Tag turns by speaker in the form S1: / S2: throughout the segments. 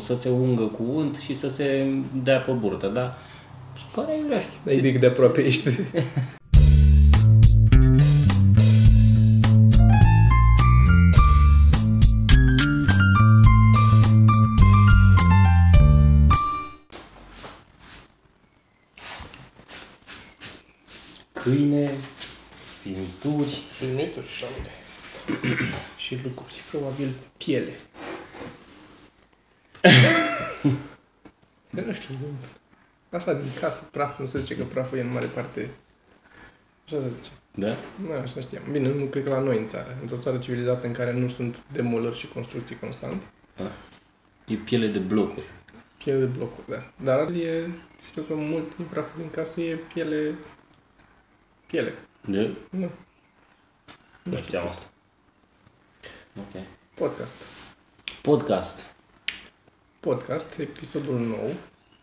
S1: să se ungă cu unt și să se dea pe burtă, da? Și care e
S2: Ei de cât de aproape ești.
S1: Câine, pinturi
S2: Și mituri și unde. și lucruri. Și probabil piele. Că nu știu. Așa din casă, praf, nu se zice că praful e în mare parte... Așa se zice.
S1: da?
S2: Nu, așa știam. Bine, nu cred că la noi în țară. Într-o țară civilizată în care nu sunt demolări și construcții constant,
S1: E piele de blocuri.
S2: piele de blocuri, da. Dar e, știu că mult din praful din casă e piele... Piele.
S1: De?
S2: Nu,
S1: Nu știam asta. Ok.
S2: podcast.
S1: Podcast.
S2: Podcast, episodul nou.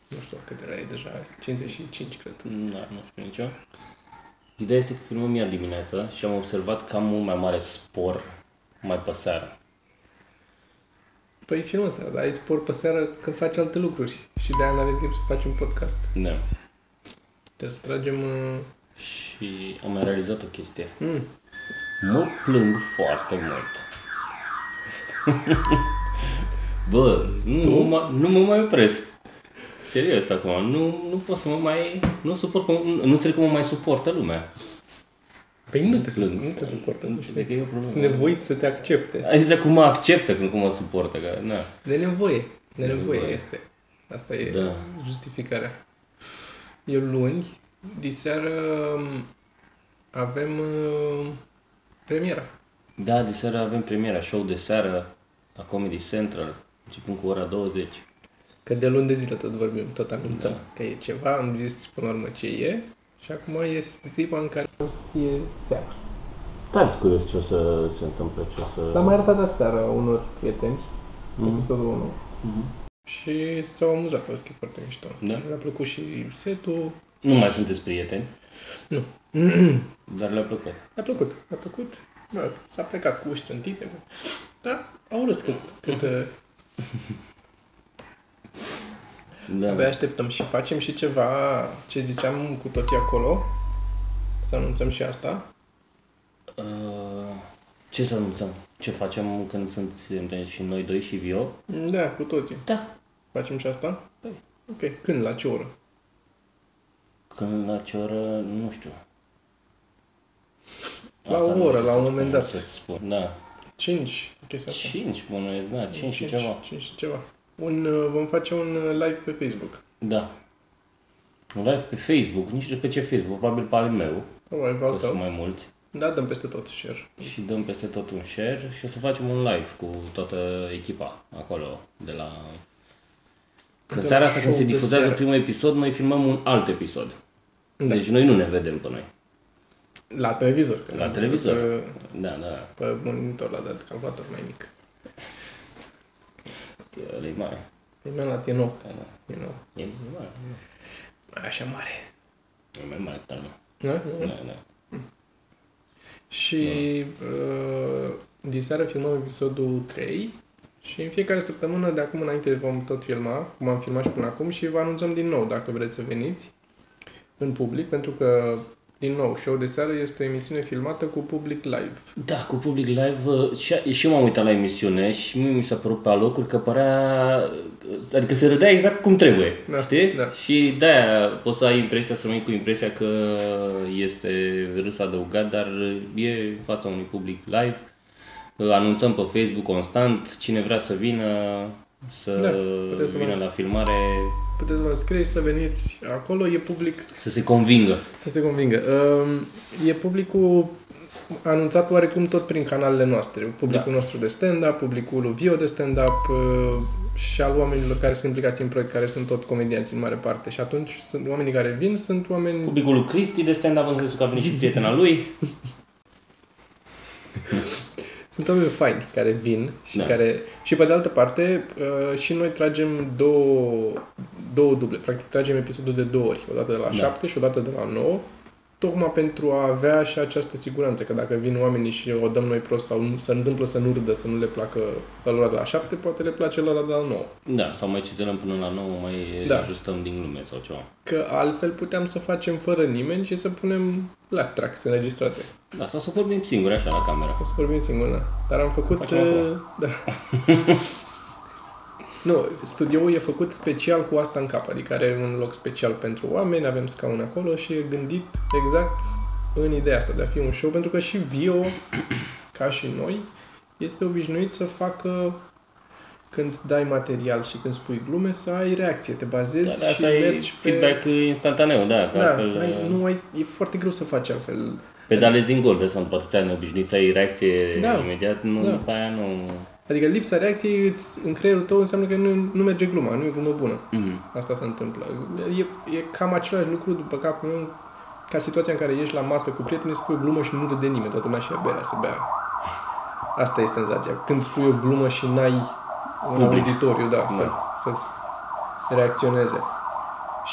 S2: Nu știu cât era, e deja 55, cred.
S1: Da, nu știu nicio. Ideea este că filmăm iar dimineața și am observat că am mult mai mare spor mai pe seară.
S2: Păi filmul ăsta, dar ai spor pe seară când faci alte lucruri. Și de-aia nu avem timp să facem podcast.
S1: Da.
S2: Trebuie să tragem... uh,
S1: Și am mai realizat o chestie.
S2: Mm.
S1: Mă plâng foarte mult. Bă, nu, mă mai- nu mă mai opresc. Serios acum, nu, nu pot să mă mai... Nu suport, cum- nu înțeleg cum mă mai suportă lumea.
S2: Păi nu te,
S1: Plâng.
S2: nu te suportă
S1: Nu
S2: să
S1: înțeleg
S2: știi.
S1: că Mm, e o problemă.
S2: Sunt nevoit să te accepte.
S1: Ai zis cum mă acceptă, când cum mă suportă, că na.
S2: De nevoie. De
S1: De
S2: nevoie
S1: nevoie.
S2: este. Asta e
S1: Da.
S2: justificarea. E luni, diseară um, avem uh, premiera.
S1: Da, de seară avem premiera, show de seară la Comedy Central, începând cu ora 20.
S2: Că de luni de zile tot vorbim, tot anunțăm da. că e ceva, am zis până la urmă ce e și acum e ziua în care o să fie seara.
S1: Tare curios ce o să se întâmple, ce o să...
S2: L-am mai arătat aseară unor prieteni, mm.
S1: Mhm.
S2: episodul 1.
S1: Mm-hmm.
S2: Și s-au amuzat, au zis că e foarte mișto.
S1: Da.
S2: Le-a plăcut și setul.
S1: Nu mai sunteți prieteni,
S2: Nu.
S1: dar le-a plăcut.
S2: Le-a plăcut, le-a plăcut. Bă, s-a plecat cu uși trântite. Dar au râs cât,
S1: Mhm.
S2: cât uh,
S1: Da.
S2: abia așteptăm și facem și ceva ce ziceam cu toții acolo. Să anunțăm și asta.
S1: Uh, ce să anunțăm? Ce facem când suntem și noi doi și Vio?
S2: Da, cu toții.
S1: Da.
S2: Facem și asta? Da. Ok. Când? La ce oră?
S1: Când la ce oră, nu știu.
S2: La
S1: Asta
S2: o
S1: nu
S2: oră,
S1: știu
S2: la
S1: să
S2: un
S1: spun,
S2: moment
S1: nu
S2: dat.
S1: Să-ți spun, da.
S2: 5. Chestia asta.
S1: 5 bănuiesc, da, 5 și
S2: Cinci,
S1: ceva.
S2: cinci și ceva. Un, uh, vom face un uh, live pe Facebook.
S1: Da. Un live pe Facebook, nici nu știu pe ce Facebook, probabil pe al meu,
S2: Probabil pe
S1: că
S2: al
S1: sunt
S2: tău.
S1: mai mulți.
S2: Da, dăm peste tot share.
S1: Și dăm peste tot un share și o să facem un live cu toată echipa acolo de la... Când
S2: De
S1: seara
S2: la
S1: asta când se
S2: show de
S1: difuzează
S2: seară.
S1: primul episod, noi filmăm un alt episod.
S2: Da.
S1: Deci noi nu ne vedem pe noi.
S2: La televizor. că
S1: La
S2: am
S1: televizor.
S2: văzut, uh,
S1: Da, da,
S2: Pe monitor, la dat calculator mai mic.
S1: ăla e mare.
S2: Pe mea la tine nou.
S1: Da, da.
S2: E nou.
S1: E mare,
S2: Așa mare.
S1: e mai mare decât al meu.
S2: Da?
S1: Da, da.
S2: Și uh, diseară filmăm episodul 3 și în fiecare săptămână de acum înainte vom tot filma, cum am filmat și până acum și vă anunțăm din nou dacă vreți să veniți în public, pentru că din nou, show de seară este o emisiune filmată cu public live.
S1: Da, cu public live uh, și, și eu m-am uitat la emisiune și mie mi s-a părut pe alocuri că părea, adică se râdea exact cum trebuie,
S2: Da,
S1: știi?
S2: da.
S1: Și de-aia poți să ai impresia, să rămâi cu impresia că este râs adăugat, dar e în fața unui public live. Uh, Anunțăm pe Facebook constant, cine vrea să vină, să
S2: Da, puteți să vă
S1: vină la filmare,
S2: Puteți să vă înscrieți să veniți acolo, e public,
S1: să se convingă.
S2: să se convingă. Um, E publicul anunțat oarecum tot prin canalele noastre. Publicul da. nostru de stand-up, publicul lui Vio de stand-up uh, și al oamenilor care sunt implicați în proiect, care sunt tot comedianți în mare parte. Și atunci sunt oamenii care vin, sunt oameni...
S1: Publicul lui Cristi de stand-up în sensul că a venit și prietena lui.
S2: Sunt oameni faini care vin și da.
S1: Da.
S2: care... Și pe de altă parte, uh, și noi tragem două, două duble. Practic tragem episodul de două ori. O dată de la
S1: Da.
S2: 7 și o dată de la 9. tocmai pentru a avea și această siguranță, că dacă vin oamenii și o dăm noi prost sau nu- se întâmplă să nu râdă, să nu le placă lor de la 7, poate le place lor de la 9.
S1: Da, sau mai cizelăm până la 9, mai
S2: Da.
S1: da. ajustăm din lume sau ceva.
S2: Că altfel puteam să facem fără nimeni și să punem laugh tracks înregistrate.
S1: Da, sau să vorbim singuri așa la camera.
S2: O să vorbim singur, da. Dar am făcut...
S1: Facem acum.
S2: da. nu, studioul e făcut special cu asta în cap, adică are un loc special pentru oameni, avem scaun acolo și e gândit exact în ideea asta de a fi un show, pentru că și Vio, ca și noi, este obișnuit să facă când dai material și când spui glume, să ai reacție, te
S1: Da,
S2: bazezi
S1: da,
S2: și
S1: asta e
S2: mergi pe...
S1: feedback instantaneu, da, că
S2: Da,
S1: altfel...
S2: ai- nu ai, e foarte greu să faci altfel.
S1: Pedalezi în gol, de să poate ți-ai neobișnuit să ai reacție
S2: Da.
S1: da. imediat, nu,
S2: Da.
S1: da. după aia nu...
S2: Adică lipsa reacției îți, în creierul tău înseamnă că nu, nu merge gluma, nu e glumă bună.
S1: Mhm.
S2: Asta se întâmplă. E, e cam același lucru după capul meu ca situația în care ești la masă cu prietenii, spui o glumă și nu râde nimeni, toată lumea și ia berea să bea. Asta e senzația. Când spui o glumă și n-ai un
S1: Public.
S2: auditoriu, da,
S1: Da.
S2: Să, să reacționeze.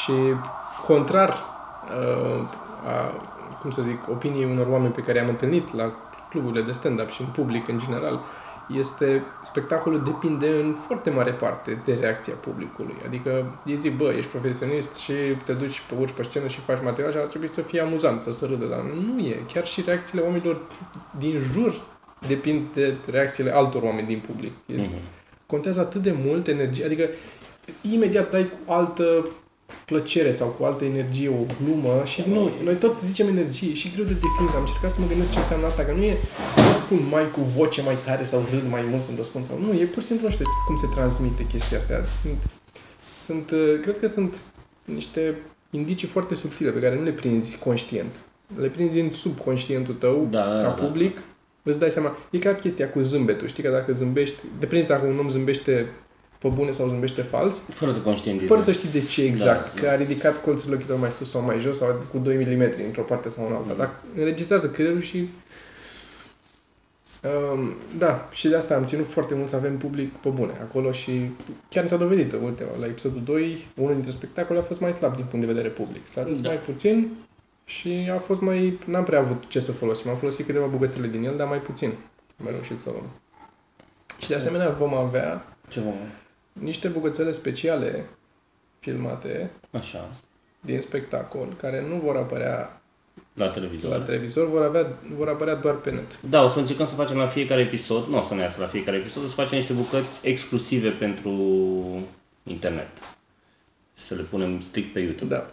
S2: Și contrar uh, a, cum să zic, opinii unor oameni pe care i-am întâlnit la cluburile de stand-up și în public în general, este spectacolul depinde în foarte mare parte de reacția publicului. Adică ei zic, bă, ești profesionist și te duci pe urci pe scenă și faci material și ar trebui să fie amuzant, să se râdă, dar nu e. Chiar și reacțiile oamenilor din jur depind de reacțiile altor oameni din public. E,
S1: Mhm.
S2: contează atât de mult energie, adică imediat dai cu altă plăcere sau cu altă energie o glumă și din nou, noi tot zicem energie și greu de definit, am încercat să mă gândesc ce înseamnă asta, că nu e, nu o spun mai cu voce mai tare sau râd mai mult când o spun sau nu, e pur și simplu nu știu cum se transmite chestia asta, sunt, sunt, uh, cred că sunt niște indicii foarte subtile pe care nu le prinzi conștient, le prinzi în subconștientul tău,
S1: Da, da,
S2: ca
S1: da, da.
S2: public, îți dai seama. E ca chestia cu zâmbetul. Știi că dacă zâmbești, depinde dacă un om zâmbește pe bune sau zâmbește fals,
S1: Fără să conștientizezi.
S2: fără să știi de ce exact,
S1: Da,
S2: că a ridicat colțul ochilor mai sus sau mai jos sau cu 2 mm într-o parte sau în alta.
S1: Mhm.
S2: Dar înregistrează creierul și... Um, da, și de asta am ținut foarte mult să avem public pe bune acolo și chiar s-a dovedit ultima, la episodul 2, unul dintre spectacole a fost mai slab din punct de vedere public. S-a dus
S1: Da.
S2: mai puțin și a fost mai... N-am prea avut ce să folosim. Am folosit câteva bucățele din el, dar mai puțin. Am reușit să luăm. Și de asemenea vom avea
S1: Ce vom...
S2: niște bucățele speciale filmate
S1: Așa,
S2: din spectacol, care nu vor apărea
S1: la
S2: la
S1: televizor.
S2: televizor, vor, avea, vor apărea doar pe net.
S1: Da, o să încercăm să facem la fiecare episod, nu o să ne iasă la fiecare episod, o să facem niște bucăți exclusive pentru internet. Să le punem strict pe YouTube.
S2: Da.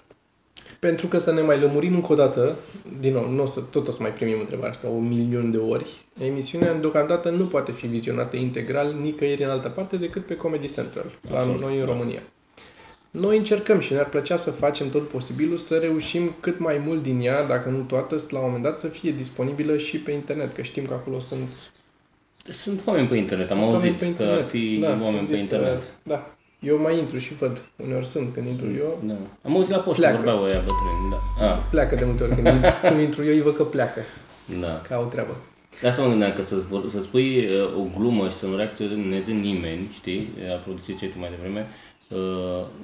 S2: Pentru că să ne mai lămurim încă o dată, din nou, nu o să, tot o să mai primim întrebarea asta o milion de ori, emisiunea deocamdată nu poate fi vizionată integral nicăieri în altă parte decât pe Comedy Central, la
S1: Absolut,
S2: noi în
S1: da.
S2: România. Noi încercăm și ne-ar plăcea să facem tot posibilul să reușim cât mai mult din ea, dacă nu toată, la un moment dat să fie disponibilă și pe internet, că știm că acolo sunt
S1: Sunt oameni pe internet, am
S2: Sunt oameni
S1: auzit
S2: pe
S1: că
S2: internet. Da,
S1: ar fi oameni pe
S2: există-
S1: internet.
S2: Da. Eu mai intru și văd. Uneori sunt când intru eu.
S1: Da. Am auzit la poștă,
S2: Pleacă.
S1: vorbeau ăia bătrâni. Da. Ah,
S2: Pleacă de multe ori când, in- când intru eu, îi văd că pleacă,
S1: da.
S2: că au treabă.
S1: De asta mă gândeam că să, vor, să spui uh, o glumă și să nu reacționeze nimeni, știi, a produce ce tu mai devreme, uh,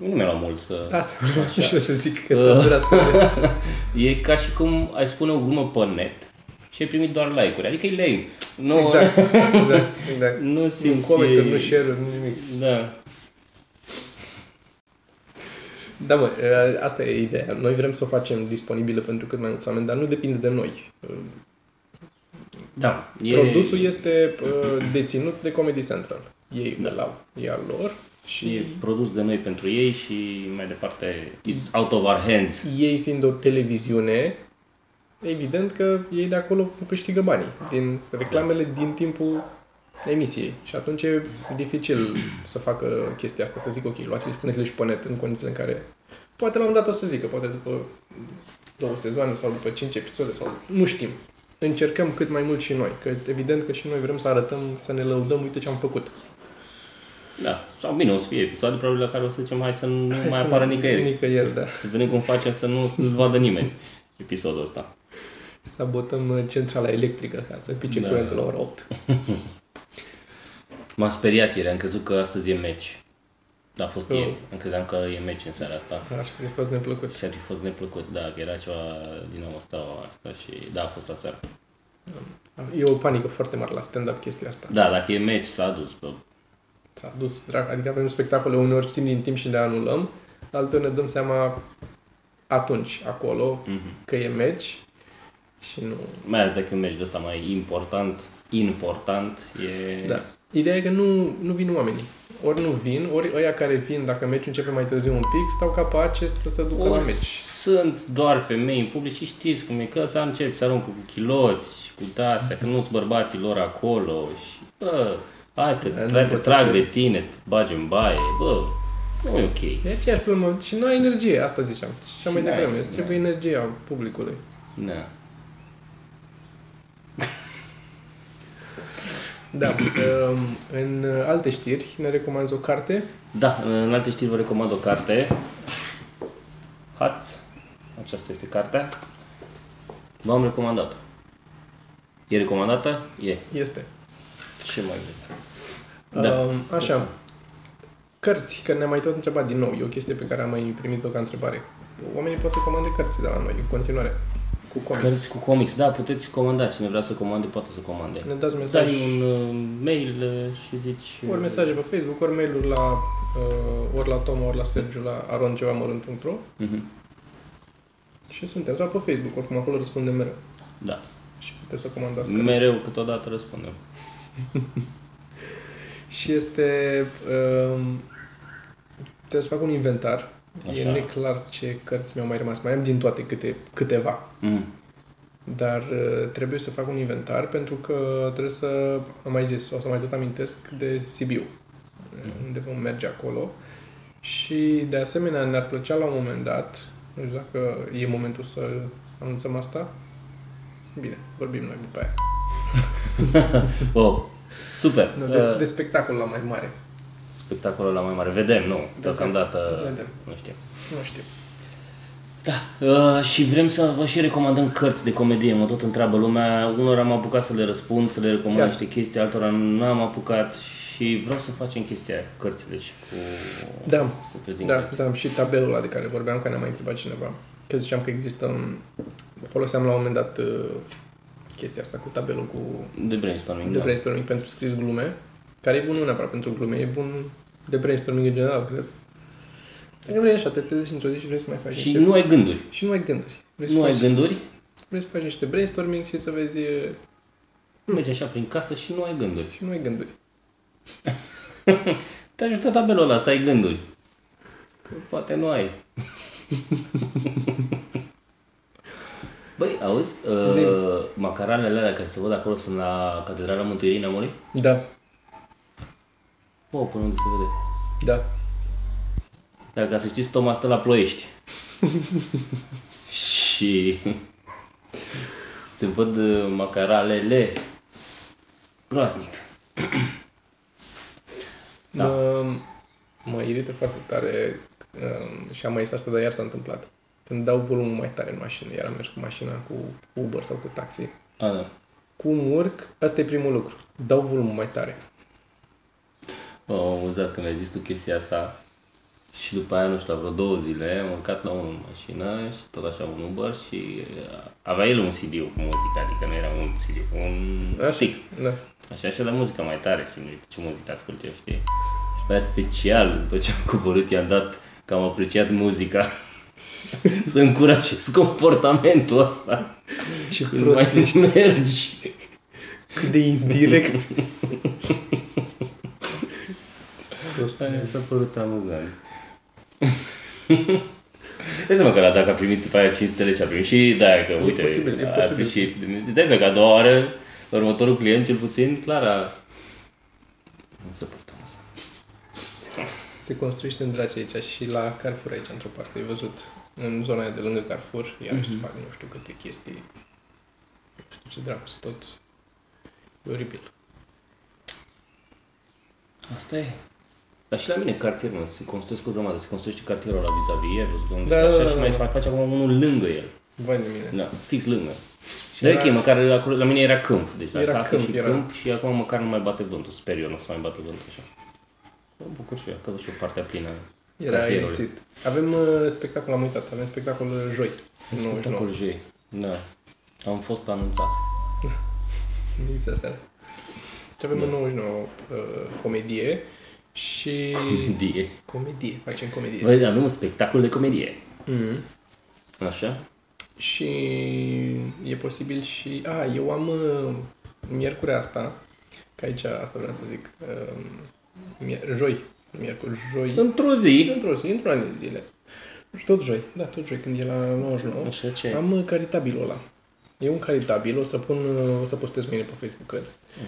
S1: nu mi-era mult să...
S2: Asta
S1: Așa.
S2: și o să zic că a durat prea mult.
S1: E ca și cum ai spune o glumă pe net și ai primit doar like-uri, adică e lame. Nu,
S2: Exact, exact, exact.
S1: nu
S2: Nu
S1: simți...
S2: comment nu share nu nimic.
S1: Da.
S2: Da, mă, e, asta e ideea. Noi vrem să o facem disponibilă pentru cât mai mulți oameni, dar nu depinde de noi.
S1: Da.
S2: E... Produsul este uh, deținut de Comedy Central. Ei
S1: Da.
S2: îl au, e al lor și
S1: E produs de noi pentru ei și mai departe it's out of our hands.
S2: ei fiind o televiziune, evident că ei de acolo câștigă banii din reclamele din timpul emisiei. Și atunci e dificil să facă chestia asta, să zic ok, luați-le și puneți-le și pe net în condițiile în care... Poate la un moment dat o să zică, poate după două sezoane sau după cinci episoade sau... Nu știm. Încercăm cât mai mult și noi, că evident că și noi vrem să arătăm, să ne lăudăm, uite ce am făcut.
S1: Da. Sau bine, o să fie episoade probabil la care o să zicem hai să nu
S2: Hai
S1: mai
S2: să-
S1: apară nicăieri.
S2: Nicăieri, da.
S1: Să vedem cum facem să nu îl vadă nimeni episodul ăsta.
S2: Sabotăm uh, centrala electrică ca să pice
S1: Da.
S2: curentul la ora 8.
S1: M-a speriat ieri, am crezut că astăzi e meci. A fost
S2: Oh.
S1: oh. ieri. Îmi credeam că e meci în seara asta.
S2: Ar fi fost neplăcut.
S1: Și ar fi fost neplăcut, da, că era ceva din nou steaua asta și da, a fost aseară.
S2: E o panică foarte mare la stand-up chestia asta.
S1: Da, dacă e meci s-a dus, bă.
S2: S-a dus drag. Adică avem spectacole uneori știm din timp și le anulăm, alteori ne dăm seama atunci, acolo,
S1: Mhm.
S2: că e meci și nu...
S1: Mai ales dacă e un meci de ăsta mai important, important, e...
S2: Da. Ideea e că nu, nu vin oamenii. Ori nu vin, ori ăia care vin, dacă meciul începe mai târziu un pic, stau ca pace să se ducă la
S1: Ori
S2: meci.
S1: sunt doar femei în public și știți cum e, că să încep să aruncă cu chiloți, cu astea, că nu sunt bărbații lor acolo și, bă, hai că
S2: Da, nu
S1: tra- te
S2: poți să
S1: trag
S2: te-
S1: de tine, să te bagi în baie, bă, nu e ok.
S2: E aceeași problemă. Și nu ai energie, asta ziceam. Și am mai
S1: Și n-ai,
S2: devreme. Îți
S1: n-ai.
S2: trebuie energia publicului.
S1: Da.
S2: Da. um, în alte știri, ne recomanzi o carte.
S1: Da, în alte știri vă recomand o carte. Haț. Aceasta este cartea. V-am recomandat E recomandată? E.
S2: Este.
S1: Ce mai vreți? Da.
S2: Da. Um, așa. Cărți, că ne-am mai tot întrebat din nou. E o chestie pe care am mai primit-o ca întrebare. Oamenii pot să comande cărți de la noi, în continuare. Cu comic.
S1: Cărți cu comics. Da, puteți comanda. Cine vrea să comande, poate să comande.
S2: Ne dați mesaj,
S1: Dai un uh, mail uh, și zici... uh,
S2: ori mesaje pe Facebook, ori mail-uri la, uh, ori la Toma, ori la Sergiu, la aroncevamorând.ro
S1: Mhm.
S2: și suntem, sau pe Facebook, oricum acolo răspundem mereu.
S1: Da.
S2: Și puteți să comandați cărți.
S1: Mereu, câteodată răspundem.
S2: Și este... Um, trebuie să fac un inventar. Așa. E
S1: Așa.
S2: neclar ce cărți mi-au mai rămas. Mai am din toate câte, câteva.
S1: Mhm.
S2: Dar uh, trebuie să fac un inventar pentru că trebuie să... Am mai zis, o să mai tot amintesc de Sibiu. Mm. Unde vom merge acolo. Și de asemenea ne-ar plăcea la un moment dat, nu știu dacă e momentul să anunțăm asta, bine, vorbim noi după aia.
S1: Wow. Super.
S2: Nu,
S1: Uh,
S2: de, de spectacol la mai mare.
S1: Spectacolul la mai mare. Vedem, nu? Deocamdată,
S2: Vedem.
S1: nu știu.
S2: Nu știu.
S1: Uh, și vrem să vă și recomandăm cărți de comedie, mă tot întreabă lumea, unor am apucat să le răspund, să le recomand
S2: Chiar.
S1: Chiar. niște chestii, altora nu am apucat și vreau să facem chestia aia cu cărțile și cu...
S2: Da,
S1: să prezint
S2: Da,
S1: cărți.
S2: da, și tabelul ăla de care vorbeam, că ne-a mai întrebat cineva. Că ziceam că există un... Foloseam la un moment dat uh, chestia asta cu tabelul cu
S1: De brainstorming,
S2: de
S1: da.
S2: brainstorming pentru scris glume, care e bun nu neapărat pentru glume, e bun de brainstorming în general, cred. Dacă vrei așa, te trezești într-o zi și vrei să mai faci
S1: Și
S2: niște...
S1: nu ai gânduri.
S2: și nu ai gânduri. Vrei,
S1: nu
S2: să
S1: ai
S2: faci,
S1: gânduri,
S2: vrei să faci niște brainstorming și să vezi... uh,
S1: mergi așa prin casă și nu ai gânduri.
S2: Și nu ai gânduri.
S1: Te ajută tabelul ăla să ai gânduri. Că poate nu ai. Băi, auzi,
S2: Zi.
S1: uh, macaranele alea care se văd acolo sunt la Catedrala Mântuirii Neamului?
S2: Da,
S1: Bă, până unde se vede.
S2: da.
S1: Dar ca să știți, Toma stă la ploiești. și se văd uh, macaralele groaznic. Da.
S2: Mă, mă irită foarte tare um, și am mai zis asta, dar iar s-a întâmplat. Când dau volumul mai tare în mașină, iar am mers cu mașina, cu Uber sau cu taxi,
S1: A, da.
S2: cum urc, asta e primul lucru. Dau volumul mai tare.
S1: Bă, am amuzat când ai zis tu chestia asta. Și după aia, nu știu, la vreo două zile, am urcat la unul în mașină și tot așa un Uber și uh, avea el un CD cu muzică, adică nu era un CD, un stick.
S2: Da.
S1: Așa și la muzica mai tare și nu știu ce muzică ascult eu, știi? Și pe aia special, după ce am coborât, i-am dat că am apreciat muzica să încurajez comportamentul ăsta.
S2: Ce
S1: Când mai mergi.
S2: cât de indirect. Prost.
S1: Aia mi s-a părut amuzant. Dai seama că la dacă a primit după aia 5 stele și a primit și da, că uite,
S2: posibil, e
S1: a
S2: posibil.
S1: appreciat de muzică. Dai seama că a doua oară, următorul client cel puțin, Clara, nu se părut amuzant.
S2: Se construiește în draci aici și la Carrefour aici, într-o parte. Ai văzut în zona aia de lângă Carrefour, iar
S1: Mhm.
S2: mm-hmm. se fac nu știu câte chestii. Nu știu ce dracu, sunt tot... E oribil.
S1: Asta e. Dar și la mine cartier, mă, se construiesc o grămadă, se construiește cartierul la vis-a-vis, ai văzut unde
S2: Da,
S1: da,
S2: da,
S1: așa
S2: da,
S1: și
S2: da,
S1: mai
S2: da.
S1: mai face acum unul lângă el.
S2: Vai de mine.
S1: Da, fix lângă.
S2: Și
S1: Dar e
S2: era-
S1: ok, măcar acolo, la mine era câmp, deci la
S2: Era
S1: casă
S2: câmp,
S1: și
S2: era.
S1: câmp și acum măcar nu mai bate vântul, sper eu, nu o să mai bate vântul așa. Mă bucur și eu că văd și eu partea plină.
S2: Era
S1: Cartierul.
S2: exit. Avem uh, spectacol, am uitat, avem spectacol uh, joi. în 99.
S1: Spectacol joi. Da. Am fost anunțat.
S2: Nici asta. Și
S1: Da.
S2: avem în 99 uh, comedie și...
S1: Comedie.
S2: Comedie, facem comedie.
S1: Băi, avem un spectacol de comedie.
S2: Mm.
S1: Așa?
S2: Și e posibil și... A, eu am uh, miercuri asta, că aici asta vreau să zic, uh, mier- joi, miercuri, joi,
S1: Într-o zi.
S2: într-o zi, într-una din zile. Și tot joi, da, tot joi, când e la 99.
S1: Așa ce ai?
S2: Am uh, caritabilul ăla. E un caritabil, o să pun, uh, o să postez mâine pe Facebook, cred.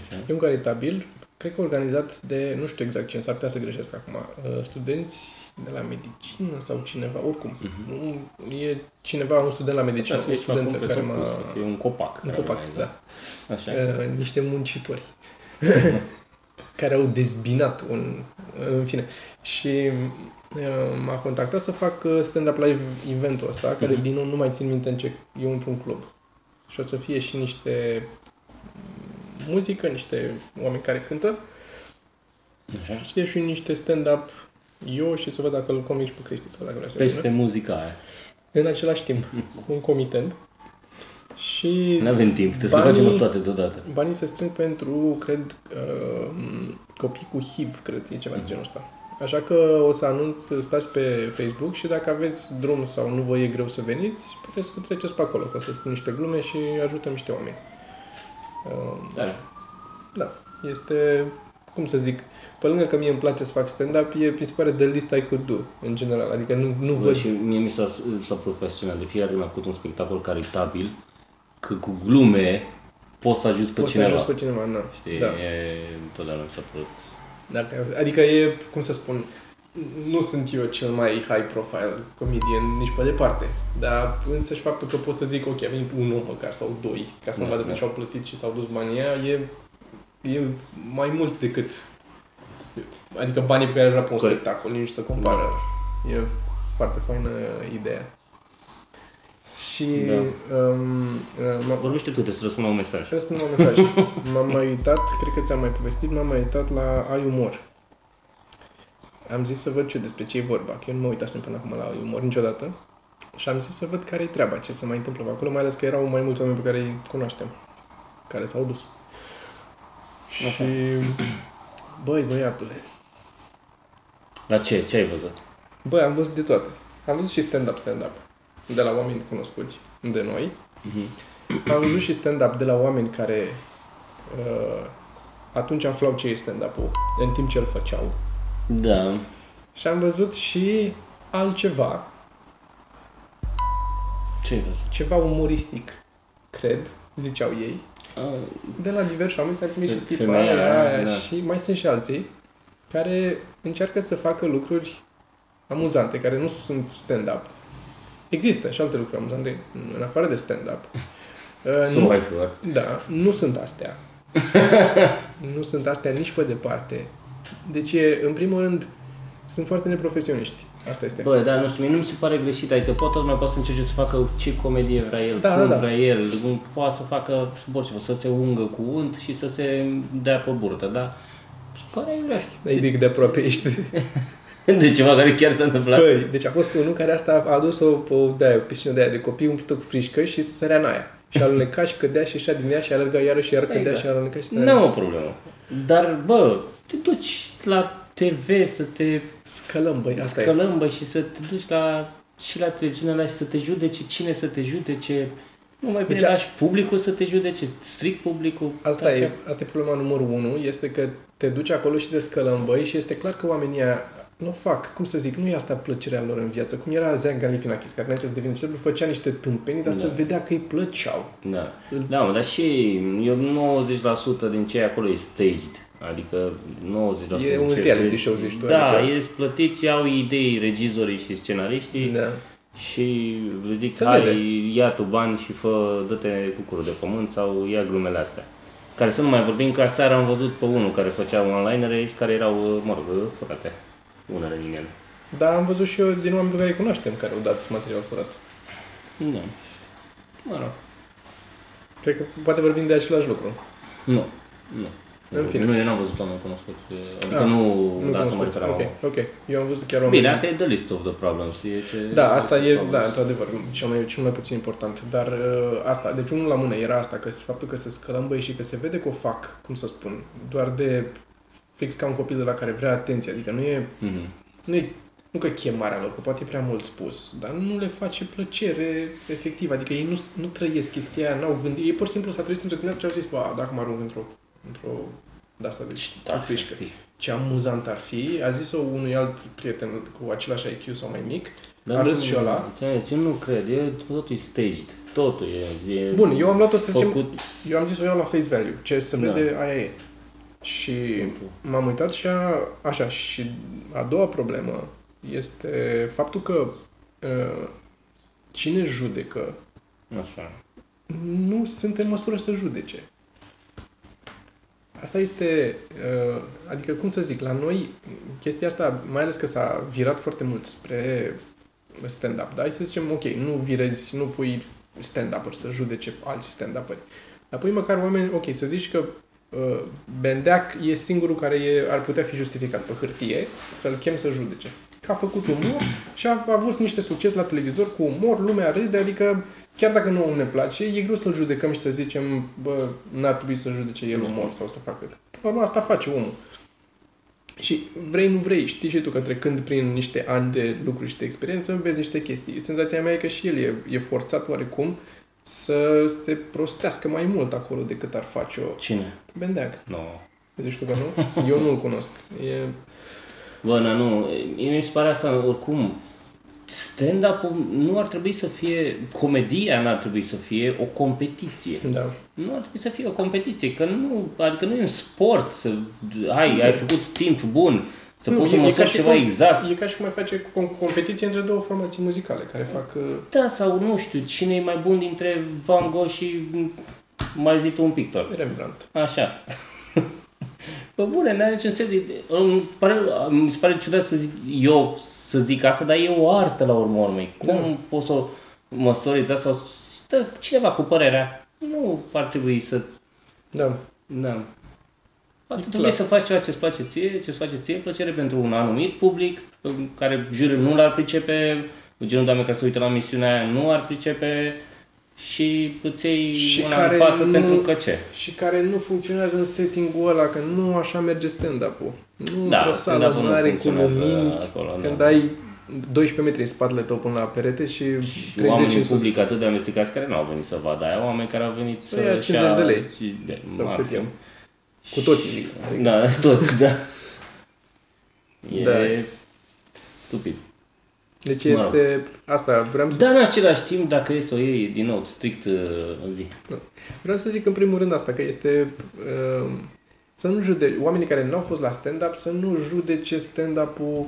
S1: Așa.
S2: E un caritabil, cred că organizat de, nu știu exact cine, s-ar putea să greșesc acum, uh, studenți de la medicină sau cineva, oricum. Un- E cineva, un student la medicină,
S1: Așa,
S2: un
S1: ești acum
S2: student
S1: pe
S2: care
S1: care
S2: m-a...
S1: E un copac.
S2: Un
S1: care a
S2: copac,
S1: organizat.
S2: da.
S1: Așa.
S2: Uh, Niște muncitori care au dezbinat un... În fine. Și uh, m-a contactat să fac uh, stand-up live eventul ăsta, care
S1: Mhm.
S2: din nou nu mai țin minte în ce... E într-un club. Și o să fie și niște muzică, niște oameni care cântă.
S1: Așa.
S2: Și e și niște stand-up eu și să văd dacă îl convingi pe Cristi sau dacă vrea să
S1: Peste muzica aia.
S2: vină. În același timp, cu un comitent. Și
S1: Nu avem timp, trebuie să le
S2: Banii-
S1: facem toate deodată.
S2: banii se strâng pentru, cred, uh, copii cu HIV, cred, e ceva de
S1: Mhm.
S2: genul ăsta. Așa că o să anunț, stați pe Facebook și dacă aveți drum sau nu vă e greu să veniți, puteți să treceți pe acolo, că o să spun niște glume și ajutăm niște oameni. Uh,
S1: Da.
S2: Da, este, cum să zic, pe lângă că mie îmi place să fac stand-up, e mi se pare the least I could do, în general. Adică nu, nu
S1: Bă,
S2: văd
S1: și mie mi s-a, s-a profesionat de fiecare când am făcut un spectacol caritabil, că cu glume poți să ajuți pe
S2: poți să
S1: cineva.
S2: ajungi pe cineva, na.
S1: Știi,
S2: Da.
S1: e, întotdeauna mi s-a părut.
S2: Dacă, adică e, cum să spun, nu sunt eu cel mai high profile comedian nici pe departe, dar însă și faptul că pot să zic, ok, a venit un om măcar sau doi, ca să
S1: Da,
S2: vadă
S1: da.
S2: pe ce au plătit și s-au dus banii aia, e, e mai mult decât, adică banii pe care aș vrea pe un
S1: Corect. Da.
S2: spectacol, nici să compară. E foarte faină ideea. Și
S1: Da.
S2: um, uh, m-a-
S1: Vorbește tu, trebuie să răspund la un mesaj.
S2: și răspund la mesaj. M-am mai uitat, cred că ți-am mai povestit, m-am mai uitat la Ai Umor. Am zis să văd ce despre ce e vorba, că eu nu mă uitasem până acum la Ai Umor niciodată. Și am zis să văd care e treaba, ce se mai întâmplă pe acolo, mai ales că erau mai mulți oameni pe care îi cunoaștem, care s-au dus. Și...
S1: Așa.
S2: Băi, băiatule,
S1: La ce? Ce ai văzut?
S2: Bă, am văzut de toate. Am văzut și stand-up, stand-up. De la oameni cunoscuți de noi. Am văzut și stand-up de la oameni care uh, atunci aflau ce e stand-up-ul, în timp ce îl făceau.
S1: Da.
S2: Și am văzut și altceva,
S1: Ce ai văzut?
S2: ceva umoristic, cred, ziceau ei.
S1: A,
S2: De la diversi oameni s-a trimis și
S1: Fe-
S2: tipa
S1: femeia,
S2: aia, aia
S1: da.
S2: și mai sunt și alții care încearcă să facă lucruri amuzante, care nu sunt stand-up. Există și alte lucruri amuzante în afară de stand-up. Uh,
S1: sunt mai flori.
S2: da, nu sunt astea. nu sunt astea nici pe departe. Deci, e, în primul rând, sunt foarte neprofesioniști. Asta este.
S1: Bă, da, nu știu, mie nu mi se pare greșit, adică poate toată lumea poate să încerce să facă ce comedie vrea el,
S2: Da,
S1: cum
S2: da, da.
S1: vrea el, cum poate să facă sub orice, să se ungă cu unt și să se dea pe burtă, da? Mi se pare greșit.
S2: Ei de cât de aproape ești.
S1: De ceva care chiar s-a întâmplat.
S2: Păi, deci a fost unul care asta a adus o, o, de o piscină de aia de copii umplută cu frișcă și se sărea în aia. Și aluneca și cădea și ieșea din ea și alerga iarăși și iar cădea
S1: Exact.
S2: și aluneca și se
S1: Nu am o problemă. Dar, bă, te duci la TV să te
S2: Scălăm, băi, asta e.
S1: scălâmbă și să te duci la, și la televiziunea alea și să te judece cine să te judece. Nu mai bine
S2: Deci a-
S1: lași publicul să te judece, strict publicul.
S2: Asta e, asta e problema numărul unu, este că te duci acolo și te scălămbăi și este clar că oamenii aia nu o fac, cum să zic, nu e asta plăcerea lor în viață. Cum era Zean Galifinakis, care înainte să devină celebru, făcea niște tâmpenii, dar
S1: Da.
S2: se vedea că îi plăceau.
S1: Da, da mă, dar și eu 90% din ce e acolo e staged. Adică 90%
S2: E
S1: din
S2: un
S1: ce
S2: reality
S1: vezi-
S2: show, zici tu,
S1: Da,
S2: adică-
S1: e plătiți, au idei regizorii și scenariștii.
S2: Da.
S1: Și vă zic,
S2: Se
S1: hai,
S2: vede.
S1: ia tu bani și fă, dă-te cu curul de pământ sau ia glumele astea. Care să nu mai vorbim, că aseară am văzut pe unul care făcea online și care erau, mă rog, frate, unele din ele.
S2: Dar am văzut și eu din oameni pe care îi cunoaștem care au dat material furat.
S1: Da. Mă rog.
S2: Cred că poate vorbim de același lucru.
S1: Nu. Nu.
S2: În fine.
S1: Nu, eu n-am văzut oameni cunoscuți. Adică
S2: Ah,
S1: nu,
S2: Nu
S1: la asta mă
S2: cunoscuți.
S1: referam.
S2: Ok, ok. Eu am văzut chiar oameni.
S1: Bine, asta e the list of the problems. E ce
S2: Da, asta
S1: ce
S2: e,
S1: problems.
S2: da, într-adevăr, cel mai, cel mai puțin important. Dar uh, asta, deci unul la mână era asta, că faptul că se scălâmbăie și că se vede că o fac, cum să spun, doar de fix ca un copil de la care vrea atenție. Adică nu e,
S1: Mhm.
S2: nu e nu că chemarea lor, că poate e prea mult spus, dar nu le face plăcere efectiv. Adică ei nu, nu trăiesc chestia aia, n-au gândit. Ei pur și simplu s-a trăit într-o dimineață și au zis, bă, dacă mă arunc într-o, într-o de asta, deci,
S1: Da,
S2: frișcă ce amuzant ar fi, a zis-o unui alt prieten cu același IQ sau mai mic,
S1: Dar
S2: a
S1: nu-
S2: râs și ăla.
S1: ți-am zis, Eu nu cred, eu, totul e staged. Totul e, e
S2: Bun, eu am luat-o să simt,
S1: făcut...
S2: eu am zis o iau la face value, ce se
S1: Da.
S2: vede, aia e. Și m-am uitat și a, așa, și a doua problemă este faptul că uh, cine judecă
S1: Așa.
S2: nu sunt în măsură să judece. Asta este, uh, adică cum să zic, la noi chestia asta, mai ales că s-a virat foarte mult spre stand-up, da? Hai să zicem, ok, nu virezi, nu pui stand-up-uri să judece alți stand-up-uri. Dar pui măcar oameni, ok, să zici că uh, Bendeac e singurul care e, ar putea fi justificat pe hârtie, să-l chem să judece. Că a făcut umor și a avut niște succes la televizor cu umor, lumea râde, adică chiar dacă nu ne place, e greu să-l judecăm și să zicem, bă, n-ar trebui să judece el umor sau să facă. Până la urmă, asta face omul. Și vrei, nu vrei, știi și tu că trecând prin niște ani de lucruri și de experiență, vezi niște chestii. Senzația mea e că și el e, e forțat oarecum să se prostească mai mult acolo decât ar face-o
S1: Cine?
S2: Bendeag.
S1: Nu.
S2: Zici tu că nu? Eu nu-l cunosc. E...
S1: Bă, na, nu, e- mi se pare asta oricum. Stand-up-ul nu ar trebui să fie, comedia n-ar trebui să fie o competiție.
S2: Da.
S1: Nu ar trebui să fie o competiție, că nu, adică nu e un sport să ai, ai făcut timp bun, să
S2: Nu,
S1: poți să
S2: e- e ca
S1: măsori
S2: și
S1: ceva
S2: cum-
S1: exact.
S2: E ca și cum ai face con- competiție între două formații muzicale care fac... uh,
S1: Da, sau nu știu, cine e mai bun dintre Van Gogh și m, mai zi tu un pictor.
S2: Rembrandt.
S1: Așa. Pe bune, n-are niciun sens. de- de- Îmi, pare, mi se pare ciudat să zic eu să zic asta, dar e o artă la urmă urmei. Cum
S2: Da.
S1: poți să o măsori asta? Sau stă cineva cu părerea. Nu ar trebui să...
S2: Da.
S1: Da. Ar
S2: clar.
S1: trebui să faci ceva ce-ți place ție, ce-ți face ție plăcere pentru un anumit public, în care juriul nu l-ar pricepe, genul de oameni care se uită la misiunea aia nu ar pricepe și îți iei
S2: Și
S1: una în
S2: care
S1: față
S2: nu-
S1: pentru că ce.
S2: Și care nu funcționează în setting-ul ăla, că nu așa merge stand-up-ul. Nu
S1: Da,
S2: într-o sală
S1: stand-up-ul nu
S2: mare cu
S1: funcționează
S2: lumini,
S1: acolo, da.
S2: când ai 12 metri în spatele tău până la perete și
S1: Și
S2: 30
S1: oamenii
S2: în sus.
S1: public atât de amestecați care nu au venit să vadă aia, oameni care au venit să,
S2: Să Păi ia 50 de lei.
S1: și- de-
S2: Sau cât
S1: maxim.
S2: e? Cu toții, zic.
S1: Da, toți, da. E
S2: Da.
S1: stupid.
S2: Deci
S1: Mă rog.
S2: este... Asta vreau să
S1: Dar în același timp, dacă e să o iei din nou strict uh, în zi.
S2: Vreau să zic în primul rând asta, că este uh, să nu judece, oamenii care nu au fost la stand-up să nu judece stand-up-ul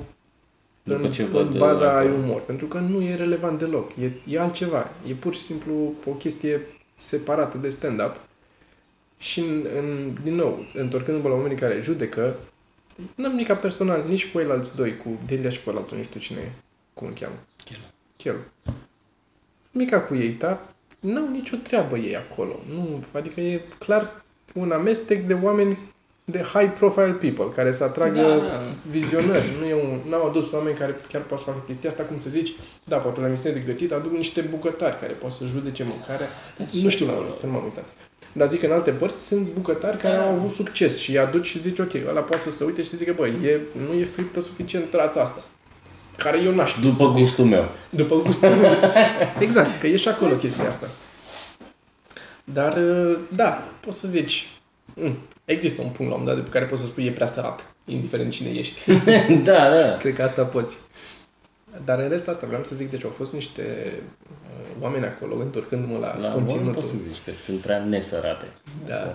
S1: După
S2: în,
S1: ce văd,
S2: în baza
S1: uh,
S2: ai umor, pentru că nu e relevant deloc, e, e altceva, e pur și simplu o chestie separată de stand-up și, în, în, din nou, întorcându-mă la oamenii care judecă, n-am nimic personal nici cu ei alți doi, cu Delia și cu ăla, nu știu cine e, cum îl cheamă.
S1: Chelu.
S2: Chelu. Mica cu ei, dar n-au nicio treabă ei acolo. Nu, adică e clar un amestec de oameni de high profile people care să atragă
S1: Da, da.
S2: vizionări. Nu e un, n-au adus oameni care chiar pot să facă chestia asta, cum să zici, da, poate la emisiune de gătit aduc niște bucătari care pot să judece mâncarea. Nu știu la noi, când m-am uitat. Dar zic, în alte părți sunt bucătari care au avut succes și îi aduci și zici, ok, ăla poate să se uite și să zică, bă, e, nu e friptă suficient rața asta. Care eu n-aș ști să
S1: După
S2: zic.
S1: gustul meu.
S2: După gustul meu. Exact, că e și acolo chestia asta. Dar, uh, da, poți să zici, "Mm, există un punct la un moment dat pe care poți să spui e prea sărat, indiferent cine ești.
S1: da, da.
S2: Cred că asta poți. Dar în rest asta vreau să zic, deci au fost niște uh, oameni acolo, întorcându-mă la,
S1: La oameni nu
S2: conținutul.
S1: poți să zici că sunt prea nesărate.
S2: Da.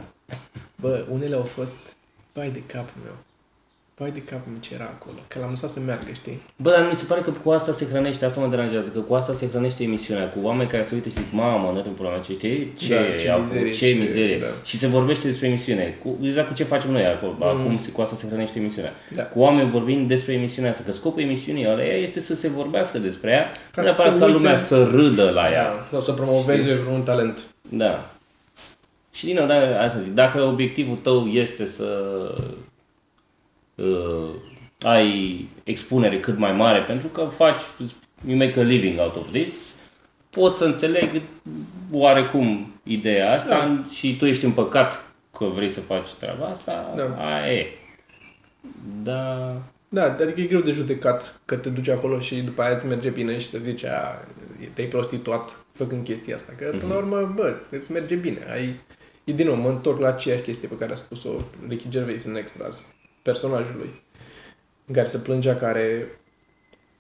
S2: Bă, unele au fost, bai de capul meu, bai de capul meu ce era acolo, că l-am lăsat să meargă, știi?
S1: Bă, dar mi se pare că cu asta se hrănește, asta mă deranjează, că cu asta se hrănește emisiunea, cu oameni care se uită și zic, mamă, dă-te în pula mea, ce știi? Ce,
S2: Da, ce
S1: a
S2: mizerie,
S1: făcut, ce,
S2: ce-
S1: mizerie.
S2: da. Mm.
S1: Și se vorbește despre emisiune, cu, exact cu ce facem noi acolo, acum se- cu asta se hrănește emisiunea.
S2: Da.
S1: Cu oameni vorbind despre emisiunea asta, că scopul emisiunii ăleia este să se vorbească despre ea,
S2: Ca
S1: nu neapărat
S2: să
S1: ca
S2: uite-
S1: lumea să râdă la ea.
S2: Sau să promoveze vreun talent.
S1: Da. Și din nou, da, asta zic, dacă obiectivul tău este să uh, ai expunere cât mai mare, pentru că faci, you make a living out of this, pot să înțeleg oarecum ideea asta da. și tu ești împăcat că vrei să faci treaba asta,
S2: Da.
S1: aia e. Dar
S2: Da, adică e greu de judecat că te duci acolo și după aia îți merge bine și să zici a, te-ai prostituat făcând chestia asta. Că până la urmă, bă, îți merge bine. Ai... E din nou, mă întorc la aceeași chestie pe care a spus-o Ricky Gervais în Extras, personajul lui, în care se plângea care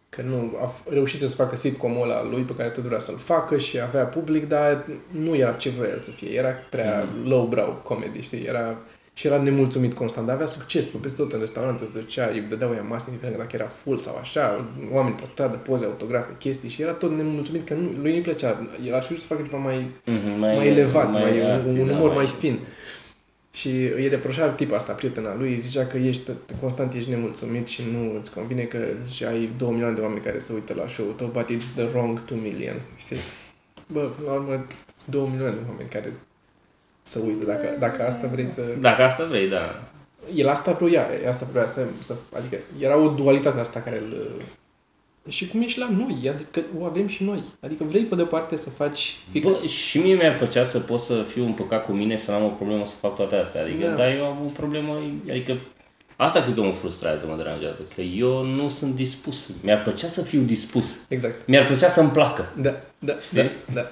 S2: că nu a f- reușit să-ți facă sitcomul ăla lui pe care tot vrea să-l facă și avea public, dar nu era ce vrea el să fie. Era prea lowbrow comedy, știi? Era, și era nemulțumit constant, dar avea succes pe peste tot în restaurant, se ducea, îi dădeau ea masă, indiferent că dacă era full sau așa, oameni pe stradă, poze, autografe, chestii și era tot nemulțumit că nu, lui nu-i plăcea. El ar fi vrut să facă ceva mai
S1: mhm,
S2: mai, mai elevat, mai,
S1: rații,
S2: mai un
S1: da,
S2: umor mai fin. Și îi reproșa tip asta, prietena lui, îi zicea că ești, constant ești nemulțumit și nu îți convine că zice, ai 2 milioane de oameni care se uită la show-ul tău, but it's the wrong 2 million, știi? Bă, până la urmă, 2 milioane de oameni care să uită, dacă, dacă asta vrei să...
S1: Dacă asta vrei, da.
S2: El asta vroia, asta vroia să, să... Adică era o dualitate asta care îl... Și cum e și la noi, adică o avem și noi. Adică vrei pe de parte să faci fix...
S1: Bă, și mie mi-ar plăcea să pot să fiu împăcat cu mine, să n-am o problemă să fac toate astea. Adică,
S2: Da.
S1: da. dar eu am o problemă, adică asta cred că mă frustrează, mă deranjează, că eu nu sunt dispus. Mi-ar plăcea să fiu dispus.
S2: exact.
S1: Mi-ar plăcea să-mi placă.
S2: Da, da,
S1: Știi?
S2: da, da.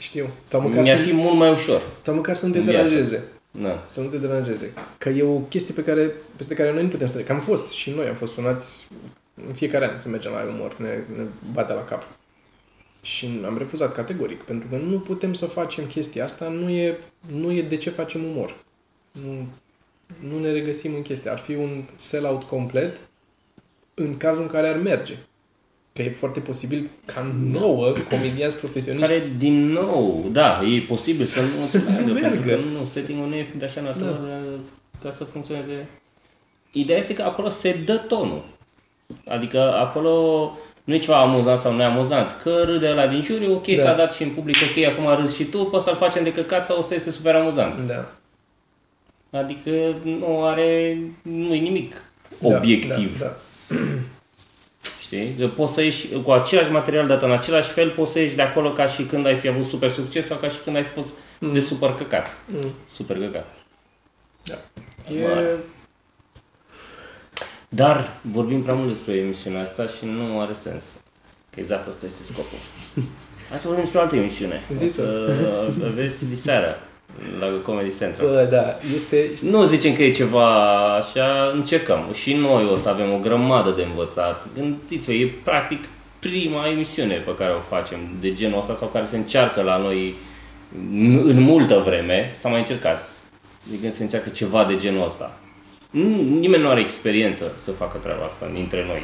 S2: Știu. Sau măcar,
S1: Mi-ar
S2: să,
S1: fi mult mai ușor.
S2: sau măcar să nu te
S1: în viață.
S2: deranjeze.
S1: Da.
S2: Să nu te deranjeze. Că e o chestie pe care, peste care noi nu putem să trecem. Că am fost și noi am fost sunați în fiecare an să mergem la umor, ne, ne bate la cap. Și am refuzat categoric, pentru că nu putem să facem chestia asta, nu e, nu e de ce facem umor. Nu, nu ne regăsim în chestia. Ar fi un sell-out complet în cazul în care ar merge. Că e foarte posibil ca nouă comedianți profesioniști
S1: Care, din nou, da, e posibil să nu
S2: Să nu
S1: înțeleagă, pentru că
S2: meargă. Da.
S1: nu, setting-ul nu e de așa natură ca să funcționeze. Ideea este că acolo se dă tonul. Adică acolo nu e ceva amuzant sau neamuzant. Că râde la din juriu, ok,
S2: Da.
S1: s-a dat și în public, ok, acum râzi și tu, poți să-l facem de căcat sau ăsta este super amuzant.
S2: Da. Mm.
S1: Adică nu are, nu e nimic
S2: Da,
S1: obiectiv.
S2: Da, da.
S1: Știi? Că poți să ieși cu același material dat în același fel, poți să ieși de acolo ca și când ai fi avut super succes sau ca și când ai fost de super căcat.
S2: Mm.
S1: Super căcat.
S2: da. E...
S1: Mare. Dar vorbim prea mult despre emisiunea asta și nu are sens. Că exact asta este scopul. Hai să vorbim despre o altă emisiune.
S2: Zi
S1: o să vezi diseară la Comedy Central.
S2: Bă, da, este...
S1: Nu zicem că e ceva așa, încercăm. Și noi o să avem o grămadă de învățat. Gândiți-vă, e practic prima emisiune pe care o facem de genul ăsta sau care se încearcă la noi în- în multă vreme. S-a mai încercat. De când se încearcă ceva de genul ăsta. Nu- Nimeni nu are experiență să facă treaba asta dintre noi.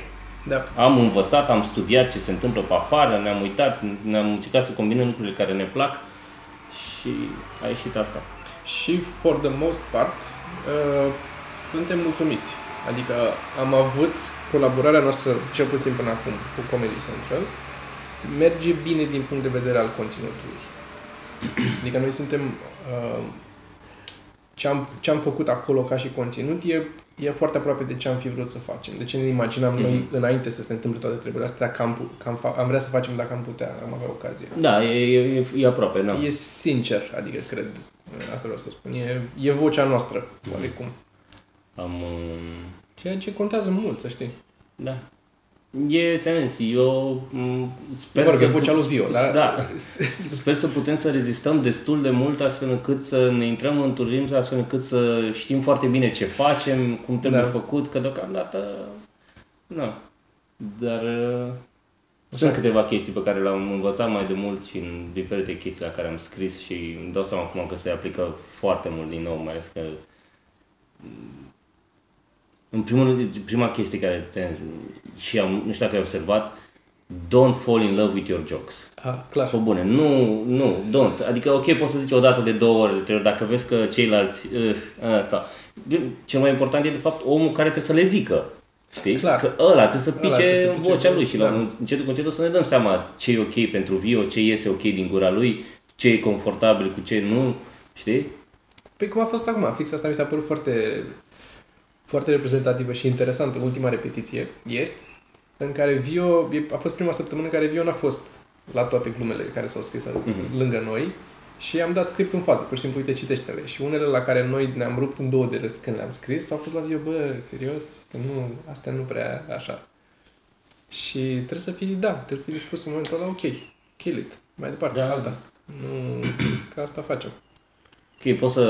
S2: Da.
S1: Am învățat, am studiat ce se întâmplă pe afară, ne-am uitat, ne-am încercat să combinăm lucrurile care ne plac și a ieșit asta.
S2: Și, for the most part, uh, suntem mulțumiți. Adică am avut colaborarea noastră, cel puțin până acum, cu Comedy Central, merge bine din punct de vedere al conținutului. Adică noi suntem... Uh, ce-am, ce-am făcut acolo ca și conținut e, e foarte aproape de ce am fi vrut să facem. De ce ne imaginam noi înainte să se întâmple toate treburile astea, dacă am, pu- că am, fa- am vrea să facem dacă am putea, am avea ocazia.
S1: Da, e, e, e- e aproape, da.
S2: E sincer, adică cred, asta vreau să spun, e, e vocea noastră,
S1: Mhm.
S2: oarecum.
S1: Am, um,
S2: Ceea ce contează mult, să știi.
S1: da. E, ți-am zis, eu m, sper
S2: Mă rog,
S1: să...
S2: e vocea lui Vio,
S1: da.
S2: dar...
S1: da. Sper să putem să rezistăm destul de mult astfel încât să ne intrăm în turism, astfel încât să știm foarte bine ce facem, cum trebuie
S2: Da.
S1: da. făcut, că deocamdată... Nu. Dar... uh, Sunt câteva chestii pe care le-am învățat mai de mult și în diferite chestii la care am scris și îmi dau seama acum că se aplică foarte mult din nou, mai ales că mm, În primul rând, prima chestie care te, și am, nu știu dacă ai observat, don't fall in love with your jokes.
S2: A, Ah, clar.
S1: Pe bune, nu, nu, don't. Adică, ok, poți să zici o dată de două ori, de trei ori, dacă vezi că ceilalți... Uh, uh, sau. Cel mai important e, de fapt, omul care trebuie să le zică. Știi?
S2: Clar.
S1: Că ăla trebuie să
S2: Ăla
S1: pice
S2: trebuie să
S1: în
S2: pice,
S1: vocea lui și la
S2: da.
S1: un- încetul cu încetul să ne dăm seama ce e ok pentru Vio, ce iese ok din gura lui, ce e confortabil cu ce nu. Știi?
S2: Păi cum a fost acum, fix asta mi s-a părut foarte, foarte reprezentativă și interesantă, ultima repetiție, ieri, în care Vio, e- a fost prima săptămână în care Vio n-a fost la toate glumele care s-au scris
S1: Mhm.
S2: lângă noi și am dat script în fază, pur și simplu, uite, citește-le. Și unele la care noi ne-am rupt în două de râs când le-am scris, au fost la Vio, bă, serios, că nu, astea nu prea așa. Și trebuie să fii, da, trebuie să fii dispus în momentul ăla, ok, kill it, mai departe,
S1: Da.
S2: da. alta. Nu, că asta facem.
S1: Ok, poți să,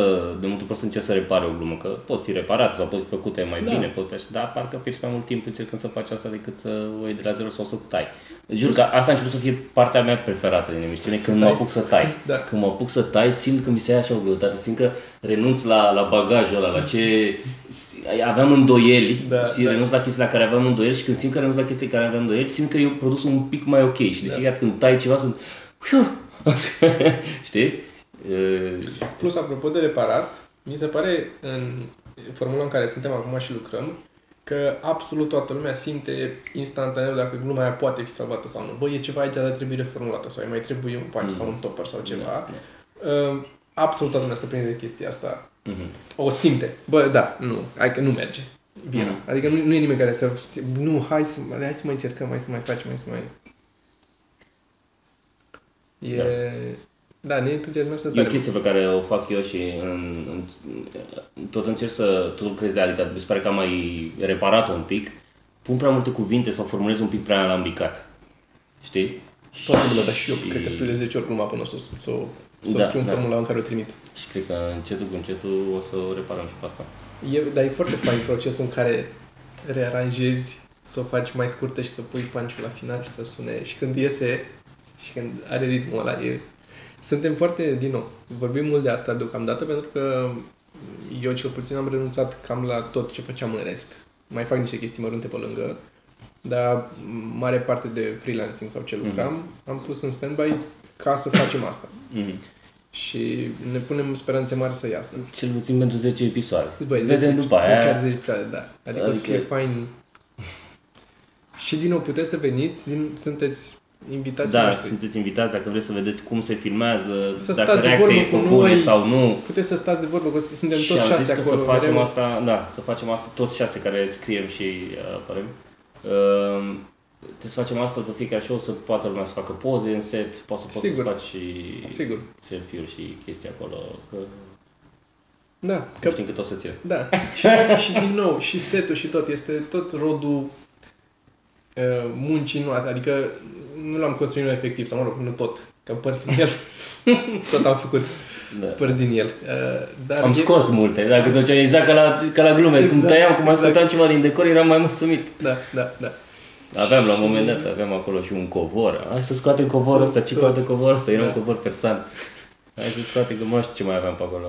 S1: de multe ori poți să încerci să repare o glumă, că pot fi reparate sau pot fi făcute mai
S2: Da.
S1: bine, pot fi așa, dar parcă pierzi mai mult timp încercând să faci asta decât să o iei de la zero sau să tai. Jur că asta a început să fie partea mea preferată din emisiune,
S2: Să
S1: când mă
S2: tai.
S1: apuc să tai.
S2: Da.
S1: Când mă apuc să tai, simt că mi se ia așa o greutate, simt că renunț la, la bagajul ăla, la ce aveam îndoieli
S2: Da,
S1: și
S2: da.
S1: renunț la chestii la care aveam îndoieli și când simt că renunț la chestii la care aveam îndoieli, simt că e un produs un pic mai ok și de
S2: Da.
S1: fiecare dată când tai ceva sunt... Știi? E,
S2: Plus, apropo de reparat, mi se pare în formula în care suntem acum și lucrăm, că absolut toată lumea simte instantaneu dacă gluma aia poate fi salvată sau nu. Bă, e ceva aici, dar trebuie reformulată sau îi mai trebuie un punch sau un topper sau ceva. Uh, Absolut toată lumea se prinde de chestia asta. O simte. Bă, da, nu, hai că nu merge. Vina.
S1: Mhm.
S2: Adică nu, nu e nimeni care să... Nu, hai să, hai să mai încercăm, hai să mai facem, hai să mai... E... Da, ne entuziasmează
S1: E o
S2: tare.
S1: chestie pe care o fac eu și în, în, tot încerc să tot lucrez de adică mi se pare că am mai reparat-o un pic, pun prea multe cuvinte sau formulez un pic prea alambicat. Știi?
S2: Toată lumea, dar și eu cred că scriu de 10 ori gluma până să, să, să
S1: Da,
S2: da, scriu un
S1: da.
S2: da. formular în care o trimit.
S1: Și cred că încetul cu încetul o să o reparăm și pe asta.
S2: E, dar e foarte fain procesul în care rearanjezi, să o faci mai scurtă și să pui panciul la final și să sune. Și când iese și când are ritmul ăla, e... Suntem foarte, din nou, vorbim mult de asta deocamdată pentru că eu cel puțin am renunțat cam la tot ce făceam în rest. Mai fac niște chestii mărunte pe lângă, dar mare parte de freelancing sau ce lucram, am pus în standby ca să facem asta.
S1: Mhm.
S2: Și ne punem speranțe mari să iasă.
S1: Cel puțin pentru 10 episoade.
S2: Băi,
S1: Vedem după aia.
S2: Chiar 10 episoade, da. Adică, o să
S1: Adică-
S2: fie fain. Și din nou puteți să veniți, din, sunteți invitați
S1: Da,
S2: noștri.
S1: sunteți invitați dacă vreți să vedeți cum se filmează,
S2: Să
S1: dacă
S2: stați de
S1: reacția e
S2: vorbă
S1: cu
S2: cu
S1: bune
S2: noi.
S1: sau nu.
S2: Puteți să stați de vorbă, că suntem
S1: și
S2: toți
S1: am zis
S2: șase
S1: că
S2: acolo.
S1: să facem
S2: mereu.
S1: asta, da, să facem asta toți șase care scriem și uh, apărăm. Uh, trebuie să facem asta după fiecare show, să poată lumea să facă poze în set, poți să poți să
S2: Sigur.
S1: faci și
S2: Sigur.
S1: selfie-uri și chestii acolo, că,
S2: Da,
S1: că
S2: că,
S1: știm cât o să ține.
S2: da. și, și din nou, și setul și tot, este tot rodul uh, muncii noastre, adică nu l-am construit noi efectiv, sau mă rog, nu tot, că părți din el, tot am făcut
S1: Da.
S2: părți din el. Uh, dar
S1: Am
S2: e-
S1: scos multe, dacă
S2: Am-
S1: te duceam exact ca la, ca la glume, când
S2: Exact,
S1: tăiam, cum
S2: exact.
S1: ascultam ceva din decor, eram mai mulțumit.
S2: Da, da, da.
S1: Aveam la un moment dat, aveam acolo și un covor. Hai să scoatem covorul ăsta, ce caută covorul ăsta? Era un
S2: Da.
S1: covor persan. Hai să scoatem, că nu mai știu ce mai aveam pe acolo.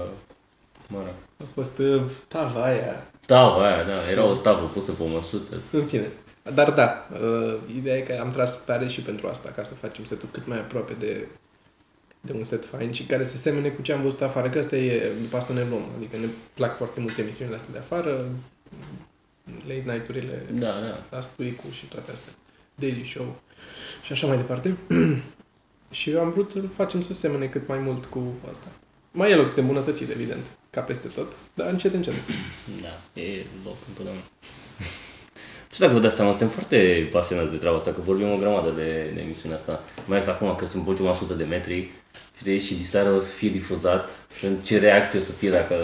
S1: Mă rog.
S2: A fost uh, tava aia,
S1: Tava aia, da, era o tavă pusă pe o măsuță.
S2: În fine. Dar da, uh, ideea e că am tras tare și pentru asta, ca să facem setul cât mai aproape de, de un set fain și care se semene cu ce am văzut afară, că asta e, după asta ne luăm. Adică ne plac foarte mult emisiunile astea de afară, late night-urile,
S1: Da, da.
S2: Last Week-ul și toate astea, Daily Show și așa mai departe. și am vrut să facem să semene cât mai mult cu asta. Mai e loc de îmbunătățit, evident, ca peste tot, dar încet, încet.
S1: Da, e loc întotdeauna. Nu știu dacă vă dați seama, suntem foarte pasionați de treaba asta, că vorbim o grămadă de, de emisiunea asta. Mai ales acum că sunt pe ultima sută de metri știi, și diseară o să fie difuzat. În ce reacție o să fie dacă,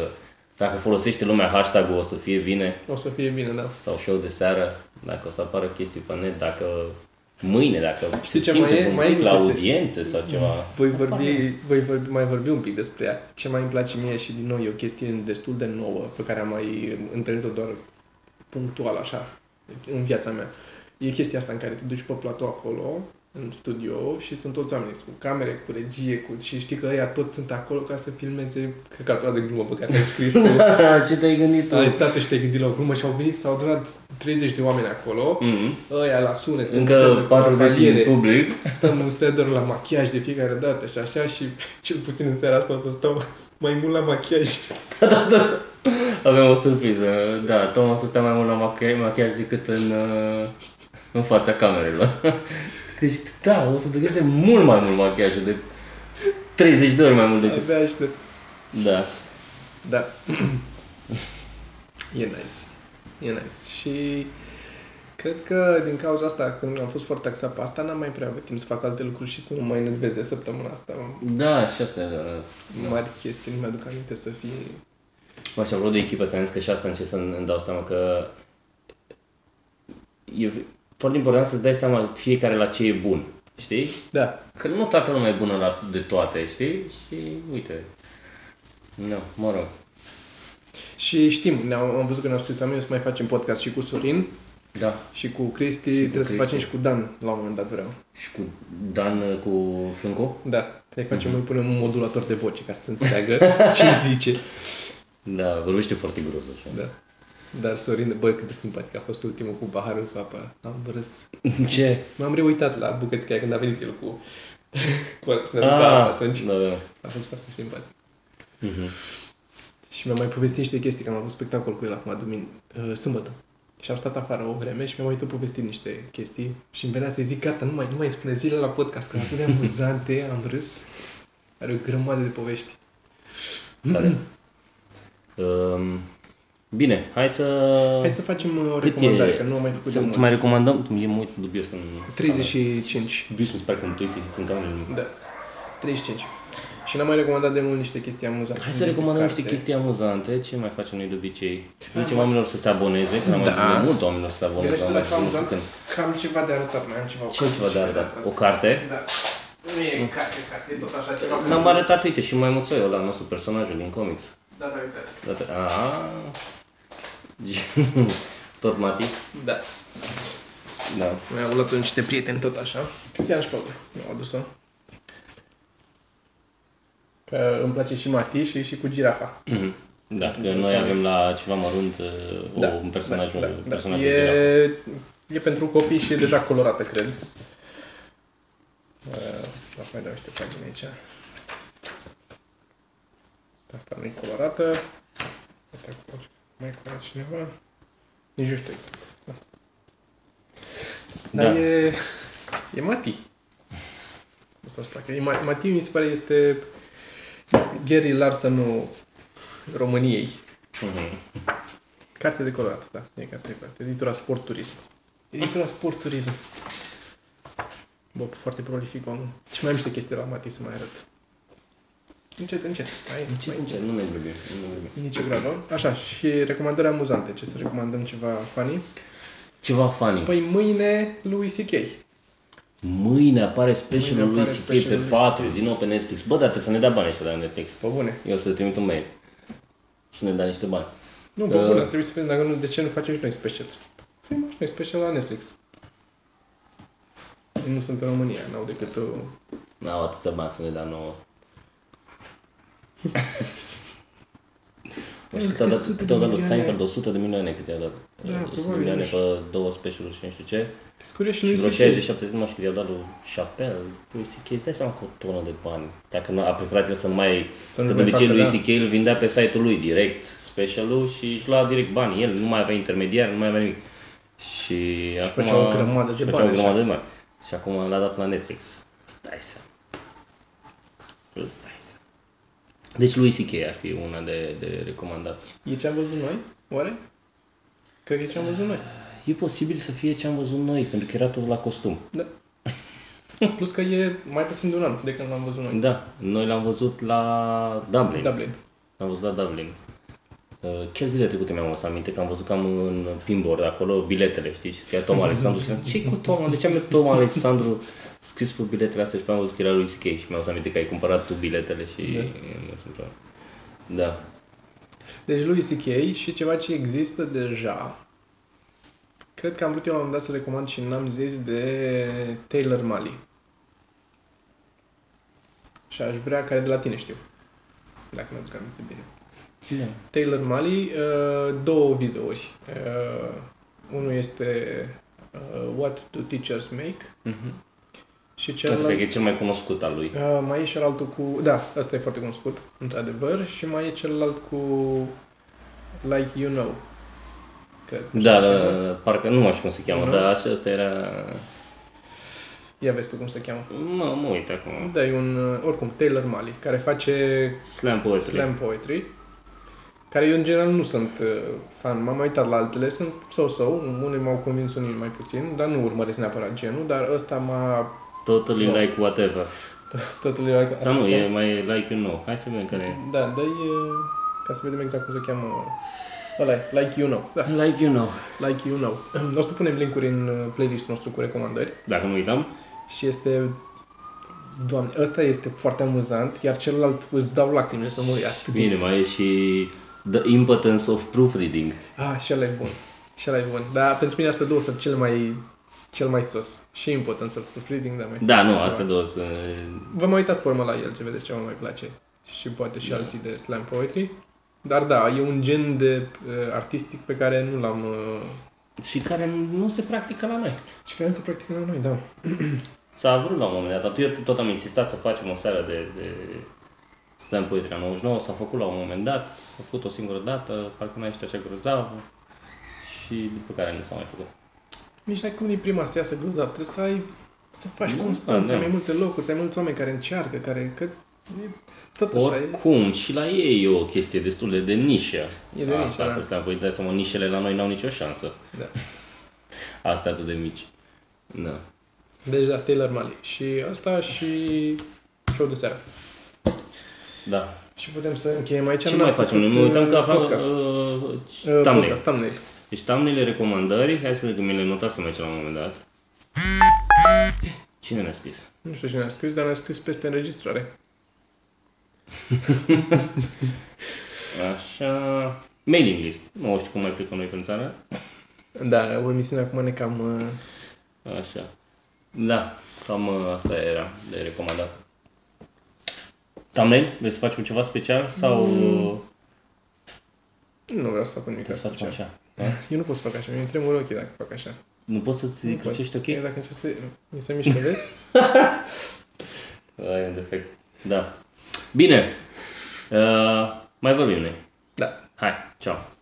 S1: dacă folosește lumea hashtag-ul, o să fie bine.
S2: O să fie bine, da.
S1: sau show de seară, dacă o să apară chestii pe net, dacă mâine, dacă
S2: Știi
S1: se
S2: ce mai
S1: simte
S2: e?
S1: un
S2: Mai e
S1: pic la
S2: chestie.
S1: audiențe sau ceva.
S2: Voi vorbi, voi vorbi, mai vorbi un pic despre ea. Ce mai îmi place mie și din nou e o chestie destul de nouă pe care am mai întâlnit-o doar punctual așa în viața mea. E chestia asta în care te duci pe platou acolo, în studio și sunt toți oamenii cu camere, cu regie, cu... și știi că ăia toți sunt acolo ca să filmeze căcatura de glumă pe care ai scris tu.
S1: Ce te-ai gândit
S2: ai stat și te-ai gândit la o glumă și au venit, s-au adunat 30 de oameni acolo,
S1: Mm-hmm.
S2: ăia la sunet,
S1: Încă
S2: cu
S1: 40
S2: paliere.
S1: în public.
S2: Stăm un strador la machiaj de fiecare dată și așa și cel puțin în seara asta o să stau mai mult la machiaj.
S1: Da, să- Avem o surpriză. Da, Tom o să stea mai mult la machi- machiaj decât în, uh, în fața camerelor. Deci,
S2: Adică-
S1: da, o să te gândești mult mai mult machiajul de 30 de ori mai mult decât
S2: Abia aștept.
S1: Da.
S2: Da. e nice. E nice. Și cred că din cauza asta, când am fost foarte taxat pe asta, n-am mai prea avut timp să fac alte lucruri și să nu mă enervez de săptămâna asta.
S1: Da, și asta era...
S2: Mari chestii, nu mi-aduc aminte să fie...
S1: Mă, și am de echipă, ți-am zis că și asta încep să îmi dau seama că e foarte important să-ți dai seama fiecare la ce e bun, știi?
S2: Da.
S1: Că nu toată lumea e bună la, de toate, știi? Și uite, nu, mă rog,
S2: Și știm, ne-am, am văzut că ne-am spus să să mai facem podcast și cu Sorin
S1: da.
S2: și cu Cristi, trebuie să
S1: Cristi.
S2: facem și cu Dan la un moment dat vreau.
S1: Și cu Dan, uh, cu Frânco?
S2: Da, te facem, noi punem un modulator de voce ca să se înțeleagă ce zice.
S1: Da, vorbește foarte gros așa.
S2: Da. Dar Sorin, băi, cât de simpatic a fost ultimul cu paharul cu apă. Am râs.
S1: Ce?
S2: M-am reuitat la bucățica aia când a venit el cu... cu ăla, să ne rugă
S1: Ah,
S2: apă atunci.
S1: Da, da.
S2: A fost foarte simpatic.
S1: Mhm.
S2: Și mi-a mai povestit niște chestii, că am avut spectacol cu el acum, dumin, uh, sâmbătă. Și am stat afară o vreme și mi-a mai tot povestit niște chestii și îmi venea să-i zic, gata, nu mai, nu mai îmi spune zile la podcast, că atât de amuzante, am râs. Are o grămadă de povești.
S1: Tare. Um, Bine, hai să...
S2: Hai să facem uh, o
S1: Cât
S2: recomandare,
S1: e?
S2: că nu am mai făcut de
S1: Să,
S2: mult.
S1: să mai recomandăm? E mult dubios în...
S2: 35.
S1: Dubios mi se pare că nu tu sunt camerele.
S2: Da. 35. Și n-am mai recomandat de mult niște chestii amuzante.
S1: Hai să
S2: Niște
S1: recomandăm
S2: carte.
S1: niște chestii amuzante. Ce mai facem noi de obicei? Zicem oamenilor să se aboneze, că am mai
S2: Da.
S1: zis de mult oamenilor să se
S2: În
S1: aboneze.
S2: rest,
S1: am
S2: la
S1: mai zis, nu știu
S2: amuzant,
S1: când.
S2: că am ceva de arătat, mai am ceva.
S1: Ce altceva de arătat? O carte?
S2: Da. Nu e carte, carte, e tot așa ceva.
S1: N-am arătat, uite, și mai muțoiul ăla, nostru personajul din comics.
S2: Da, da, uite.
S1: Toată- Aaa. Tot Mati?
S2: Da.
S1: Da.
S2: Mi-a luat niște prieteni tot așa. Cristian și Paul mi-au adus-o. Că îmi place și Mati și, și cu girafa.
S1: Mhm. Da, că noi avem la ceva mărunt uh, o,
S2: Da,
S1: un personaj, un personaj de girafă.
S2: E, e pentru copii și e deja colorată, cred. Uh, Acum mai dau niște pagini aici. Asta nu e colorată. Uite acolo, mai colorat cineva. Nici nu știu exact. Da. Dar
S1: Da.
S2: e, e Mati. Asta îți place. E Ma- Mati mi se pare este Gary Larsonul României.
S1: Mhm.
S2: Carte de colorată, da. E carte de colorată. Editura Sport Turism. Editura Sport Turism. Bă, foarte prolific omul. Și mai am niște chestii la Mati să mai arăt. Încet, încet. Mai,
S1: Încet,
S2: mai,
S1: încet, nu ne grăbim. nu ne grăbim.
S2: Nici o grabă. Așa, și recomandări amuzante. Ce să recomandăm ceva funny?
S1: Ceva funny.
S2: Păi mâine lui C.K.
S1: Mâine apare
S2: Mâine
S1: specialul lui
S2: apare
S1: CK pe
S2: specialul lui
S1: 4, din nou pe Netflix. Bă, dar trebuie să ne dea bani ăștia de la Netflix.
S2: Pe bune.
S1: Eu o să trimit un mail. Să ne dea niște bani.
S2: Nu, pe
S1: Da.
S2: bune. Trebuie să vedem dacă nu, de ce nu facem și noi special. Facem și noi special la Netflix. Ei nu sunt în România, n-au decât... uh,
S1: N-au atâția bani să ne dea nouă. Nu știu, cât au dat,
S2: 100 de
S1: cât au dat lui
S2: milioane.
S1: Seinfeld, 100 de milioane câte au dat.
S2: Da,
S1: 100 de
S2: probabil,
S1: milioane
S2: nu
S1: pe două specialuri și nu știu ce.
S2: Te curios și
S1: Și
S2: lui
S1: vreo
S2: C.K.
S1: 60-70, nu mă știu, i-au dat lui Păi, Chappelle, lui C.K. Îți dai seama cu o tonă de bani. Dacă nu, a preferat el să nu mai...
S2: Să
S1: Să
S2: nu
S1: de
S2: mai
S1: obicei
S2: facă,
S1: lui
S2: da.
S1: C.K. îl vindea pe site-ul lui direct specialul și își lua direct bani. El nu mai avea intermediar, nu mai avea nimic. Și, și acum...
S2: făcea o grămadă de
S1: și făcea
S2: bani,
S1: o grămadă de bani. Și acum l-a dat la Netflix. Îți dai seama. Îți dai seama. Deci lui C.K. ar fi una de, de recomandat.
S2: E ce am văzut noi? Oare? Cred că e ce am văzut noi.
S1: E posibil să fie ce am văzut noi, pentru că era tot la costum.
S2: Da. Plus că e mai puțin de un an de când l-am văzut noi.
S1: Da, noi l-am văzut la Dublin.
S2: Dublin.
S1: Am văzut la Dublin. Uh, Chiar zilele trecute mi-am adus aminte că am văzut că am în pinboard acolo biletele, știi, și scria Tom Alexandru și am ce cu Tom? De ce am eu Tom Alexandru scris pe biletele astea și pe am văzut că era lui C.K. și mi-am adus aminte că ai cumpărat tu biletele și nu sunt probabil. Da.
S2: Deci lui C.K. și ceva ce există deja. Cred că am vrut eu la un moment dat să recomand și n-am zis de Taylor Mali. Și aș vrea care de la tine știu. Dacă mi-aduc aminte bine.
S1: Da.
S2: Taylor Mali, uh, două videouri. Uh, Unul este uh, What Do Teachers Make
S1: Mhm.
S2: și
S1: Asta
S2: celălalt
S1: cred că e cel mai cunoscut al lui.
S2: Uh, mai e și altul cu... Da, asta e foarte cunoscut, într-adevăr. Și mai e celălalt cu Like You Know. Cred.
S1: Da, da, da, da, parcă nu mai știu cum se cheamă,
S2: Nu?
S1: dar așa, asta era...
S2: Ia vezi tu cum se cheamă.
S1: Mă, mă uit acum.
S2: Da, e un, uh, oricum, Taylor Mali, care face
S1: Slam poetry.
S2: slam poetry, care eu în general nu sunt uh, fan, m-am mai uitat la altele, sunt so-so, unii m-au convins, unii mai puțin, dar nu urmăresc neapărat genul, dar ăsta m-a...
S1: Totally
S2: Wow.
S1: like whatever.
S2: Totul e...
S1: Sau nu, e mai like you know. Hai să vedem care e.
S2: Da, dar e... Ca să vedem exact cum se cheamă... Ăla e, Like You Know. Da,
S1: Like you know.
S2: Like You Know. O să punem linkuri în uh, playlistul nostru cu recomandări.
S1: Dacă nu uitam,
S2: Și este... Doamne, ăsta este foarte amuzant, iar celălalt îți dau lacrimile să mori atât de...
S1: bine, mai e și The Impotence of Proofreading.
S2: Ah, și ăla e bun. Și ăla e bun. Dar pentru mine astea două sunt cele mai cel mai sos. Și important să reading, dar mai
S1: Da,
S2: sunt
S1: nu,
S2: ceva.
S1: astea două sunt...
S2: Vă mai uitați pe urmă la el, ce vedeți ce vă mai place. Și poate și alții de slam poetry. Dar da, e un gen de uh, artistic pe care nu l-am uh,
S1: Și care nu se practică la noi.
S2: Și care să practicăm la noi, da.
S1: S-a vrut la un moment dat, Atunci eu tot am insistat să facem o seară de, de slam poetry la 99, s-a făcut la un moment dat, s-a făcut o singură dată, parcă nu ești așa grozav și după care nu s-a mai făcut.
S2: Nici n-ai cum din prima să iasă grozav. Trebuie să ai, să faci
S1: Nu,
S2: constant, să ai
S1: da.
S2: mai multe locuri, să ai mulți oameni care încearcă, care... Că e tot așa, e,
S1: Oricum, și la ei e o chestie destul de, de nișă.
S2: E de nișă,
S1: Asta
S2: da.
S1: cu slam poetry, dați seama, nișele la noi n-au nicio șansă.
S2: da.
S1: Astea atât de mici. Da.
S2: Deci, da, Taylor Mali. Și asta și show de seară.
S1: Da.
S2: Și putem să încheiem aici.
S1: Ce
S2: N-am
S1: mai facem?
S2: făcut,
S1: Ne uităm că
S2: uh,
S1: avem
S2: Podcast. Uh,
S1: uh, thumbnail.
S2: podcast, thumbnail.
S1: Deci thumbnail recomandări, hai să vedem că mi le notasem aici la un moment dat. Cine ne-a scris?
S2: Nu știu cine a scris, dar ne-a scris peste înregistrare.
S1: Așa... Mailing list. Nu știu cum mai plecăm noi prin țară.
S2: Da, o emisiune acum ne cam... Uh,
S1: Așa. Da, cam uh, asta era de recomandat. Thumbnail? Vrei să facem ceva special sau mm.
S2: nu vreau să fac nimic.
S1: să facem
S2: altceva.
S1: așa? da?
S2: Eu nu pot să fac așa, mi-e tremură ochii dacă fac așa.
S1: Nu poți să-ți
S2: Nu pot.
S1: crucești ok?
S2: Dacă încep să... Mi se mișcă, vezi?
S1: Ai un defect. Da. Bine. Uh, mai vorbim noi.
S2: Da.
S1: Hai, ciao.